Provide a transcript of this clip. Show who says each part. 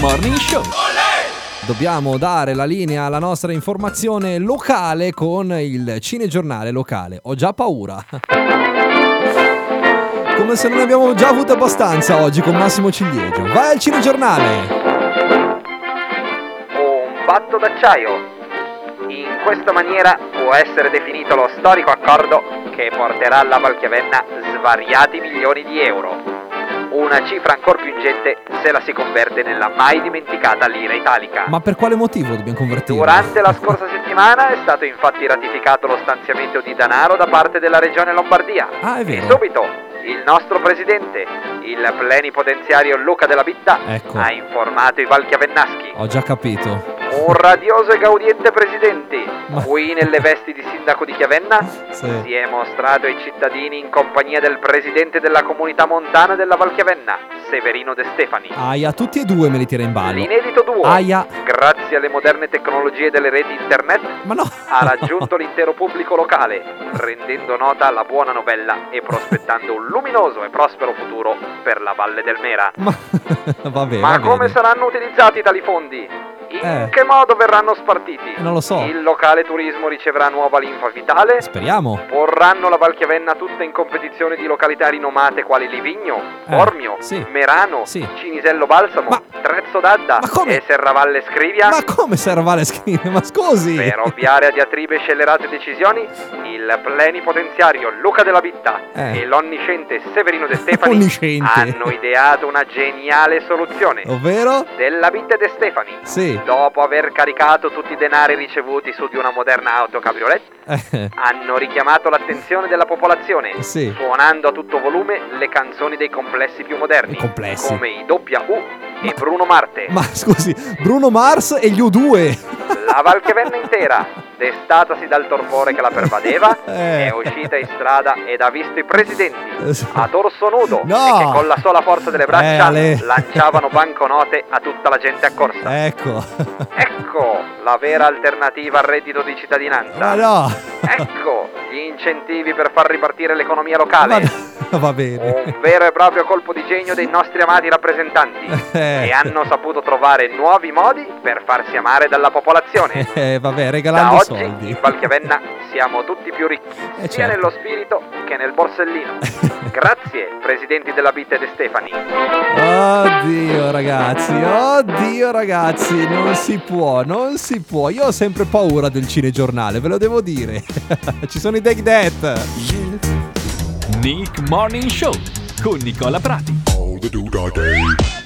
Speaker 1: Morning Show.
Speaker 2: Dobbiamo dare la linea alla nostra informazione locale con il cinegiornale locale. Ho già paura. Come se non ne abbiamo già avuto abbastanza oggi con Massimo Ciliegio. Vai al cinegiornale!
Speaker 3: Un patto d'acciaio. In questa maniera può essere definito lo storico accordo che porterà alla Valchiavenna svariati milioni di euro. Una cifra ancora più ingente se la si converte nella mai dimenticata lira italica.
Speaker 2: Ma per quale motivo dobbiamo convertirlo?
Speaker 3: Durante la scorsa settimana è stato infatti ratificato lo stanziamento di danaro da parte della Regione Lombardia.
Speaker 2: Ah, è
Speaker 3: E
Speaker 2: vero.
Speaker 3: subito il nostro presidente, il plenipotenziario Luca della Bitta,
Speaker 2: Ecco.
Speaker 3: ha informato i Valchiavennaschi.
Speaker 2: Ho già capito.
Speaker 3: Un radioso e gaudiente presidente,
Speaker 2: Ma-
Speaker 3: qui nelle vesti di sindaco di Chiavenna,
Speaker 2: Sì.
Speaker 3: si è mostrato ai cittadini in compagnia del presidente della comunità montana della Valchiavenna, Severino De Stefani.
Speaker 2: Aia, tutti e due me li tira in ballo.
Speaker 3: L'inedito duo,
Speaker 2: Ah, Aia,
Speaker 3: grazie alle moderne tecnologie delle reti internet,
Speaker 2: ma no.
Speaker 3: ha raggiunto l'intero pubblico locale, rendendo nota la buona novella e prospettando un luminoso e prospero futuro per la Valle del Mera.
Speaker 2: Ma va bene.
Speaker 3: Ma
Speaker 2: Eh, va
Speaker 3: come
Speaker 2: bene.
Speaker 3: saranno utilizzati tali fondi? In
Speaker 2: Eh.
Speaker 3: che modo verranno spartiti?
Speaker 2: Non lo so.
Speaker 3: Il locale turismo riceverà nuova linfa vitale?
Speaker 2: Speriamo.
Speaker 3: Porranno la Valchiavenna tutta in competizione di località rinomate quali Livigno,
Speaker 2: Eh,
Speaker 3: Bormio,
Speaker 2: sì.
Speaker 3: Merano,
Speaker 2: Sì.
Speaker 3: Cinisello Balsamo,
Speaker 2: Ma-
Speaker 3: Trezzo d'Adda
Speaker 2: Ma come?
Speaker 3: e Serravalle Scrivia?
Speaker 2: Ma come servale scrive? Ma scusi.
Speaker 3: Per ovviare a diatribe e scellerate decisioni, il plenipotenziario Luca della Bitta
Speaker 2: Eh.
Speaker 3: e l'onnisciente Severino De Stefani
Speaker 2: Onnisciente. Oh.
Speaker 3: hanno ideato una geniale soluzione.
Speaker 2: Ovvero?
Speaker 3: Della Bitta e De Stefani,
Speaker 2: Sì.
Speaker 3: dopo aver caricato tutti i denari ricevuti su di una moderna auto cabriolet,
Speaker 2: Eh,
Speaker 3: hanno richiamato l'attenzione della popolazione,
Speaker 2: sì.
Speaker 3: suonando a tutto volume le canzoni dei complessi più moderni,
Speaker 2: I complessi.
Speaker 3: come i W e Bruno Marte.
Speaker 2: Ma scusi, Bruno Mars e gli U2.
Speaker 3: La Valchevenna intera, destatasi dal torpore che la pervadeva,
Speaker 2: Eh.
Speaker 3: è uscita in strada ed ha visto i presidenti
Speaker 2: Eh, sì.
Speaker 3: a torso nudo
Speaker 2: No.
Speaker 3: e che con la sola forza delle
Speaker 2: Eh,
Speaker 3: braccia
Speaker 2: Ale.
Speaker 3: lanciavano banconote a tutta la gente accorsa.
Speaker 2: Ecco.
Speaker 3: Ecco la vera alternativa al reddito di
Speaker 2: Ma
Speaker 3: cittadinanza.
Speaker 2: no.
Speaker 3: Ecco gli incentivi per far ripartire l'economia locale.
Speaker 2: Ma- Va
Speaker 3: Un
Speaker 2: bene.
Speaker 3: vero e proprio colpo di genio dei nostri amati rappresentanti
Speaker 2: Eh.
Speaker 3: che hanno saputo trovare nuovi modi per farsi amare dalla popolazione.
Speaker 2: Eh, vabbè,
Speaker 3: Da
Speaker 2: regalando
Speaker 3: oggi
Speaker 2: soldi.
Speaker 3: in Valchiavenna siamo tutti più ricchi,
Speaker 2: Eh,
Speaker 3: sia
Speaker 2: certo.
Speaker 3: nello spirito che nel borsellino. Grazie, presidenti della Bitte De Stefani.
Speaker 2: Oddio ragazzi, oddio ragazzi, non si può, non si può. Io ho sempre paura del cinegiornale, ve lo devo dire. Ci sono i Take That.
Speaker 1: Nick Morning Show con Nicola Prati.
Speaker 4: all the do da day.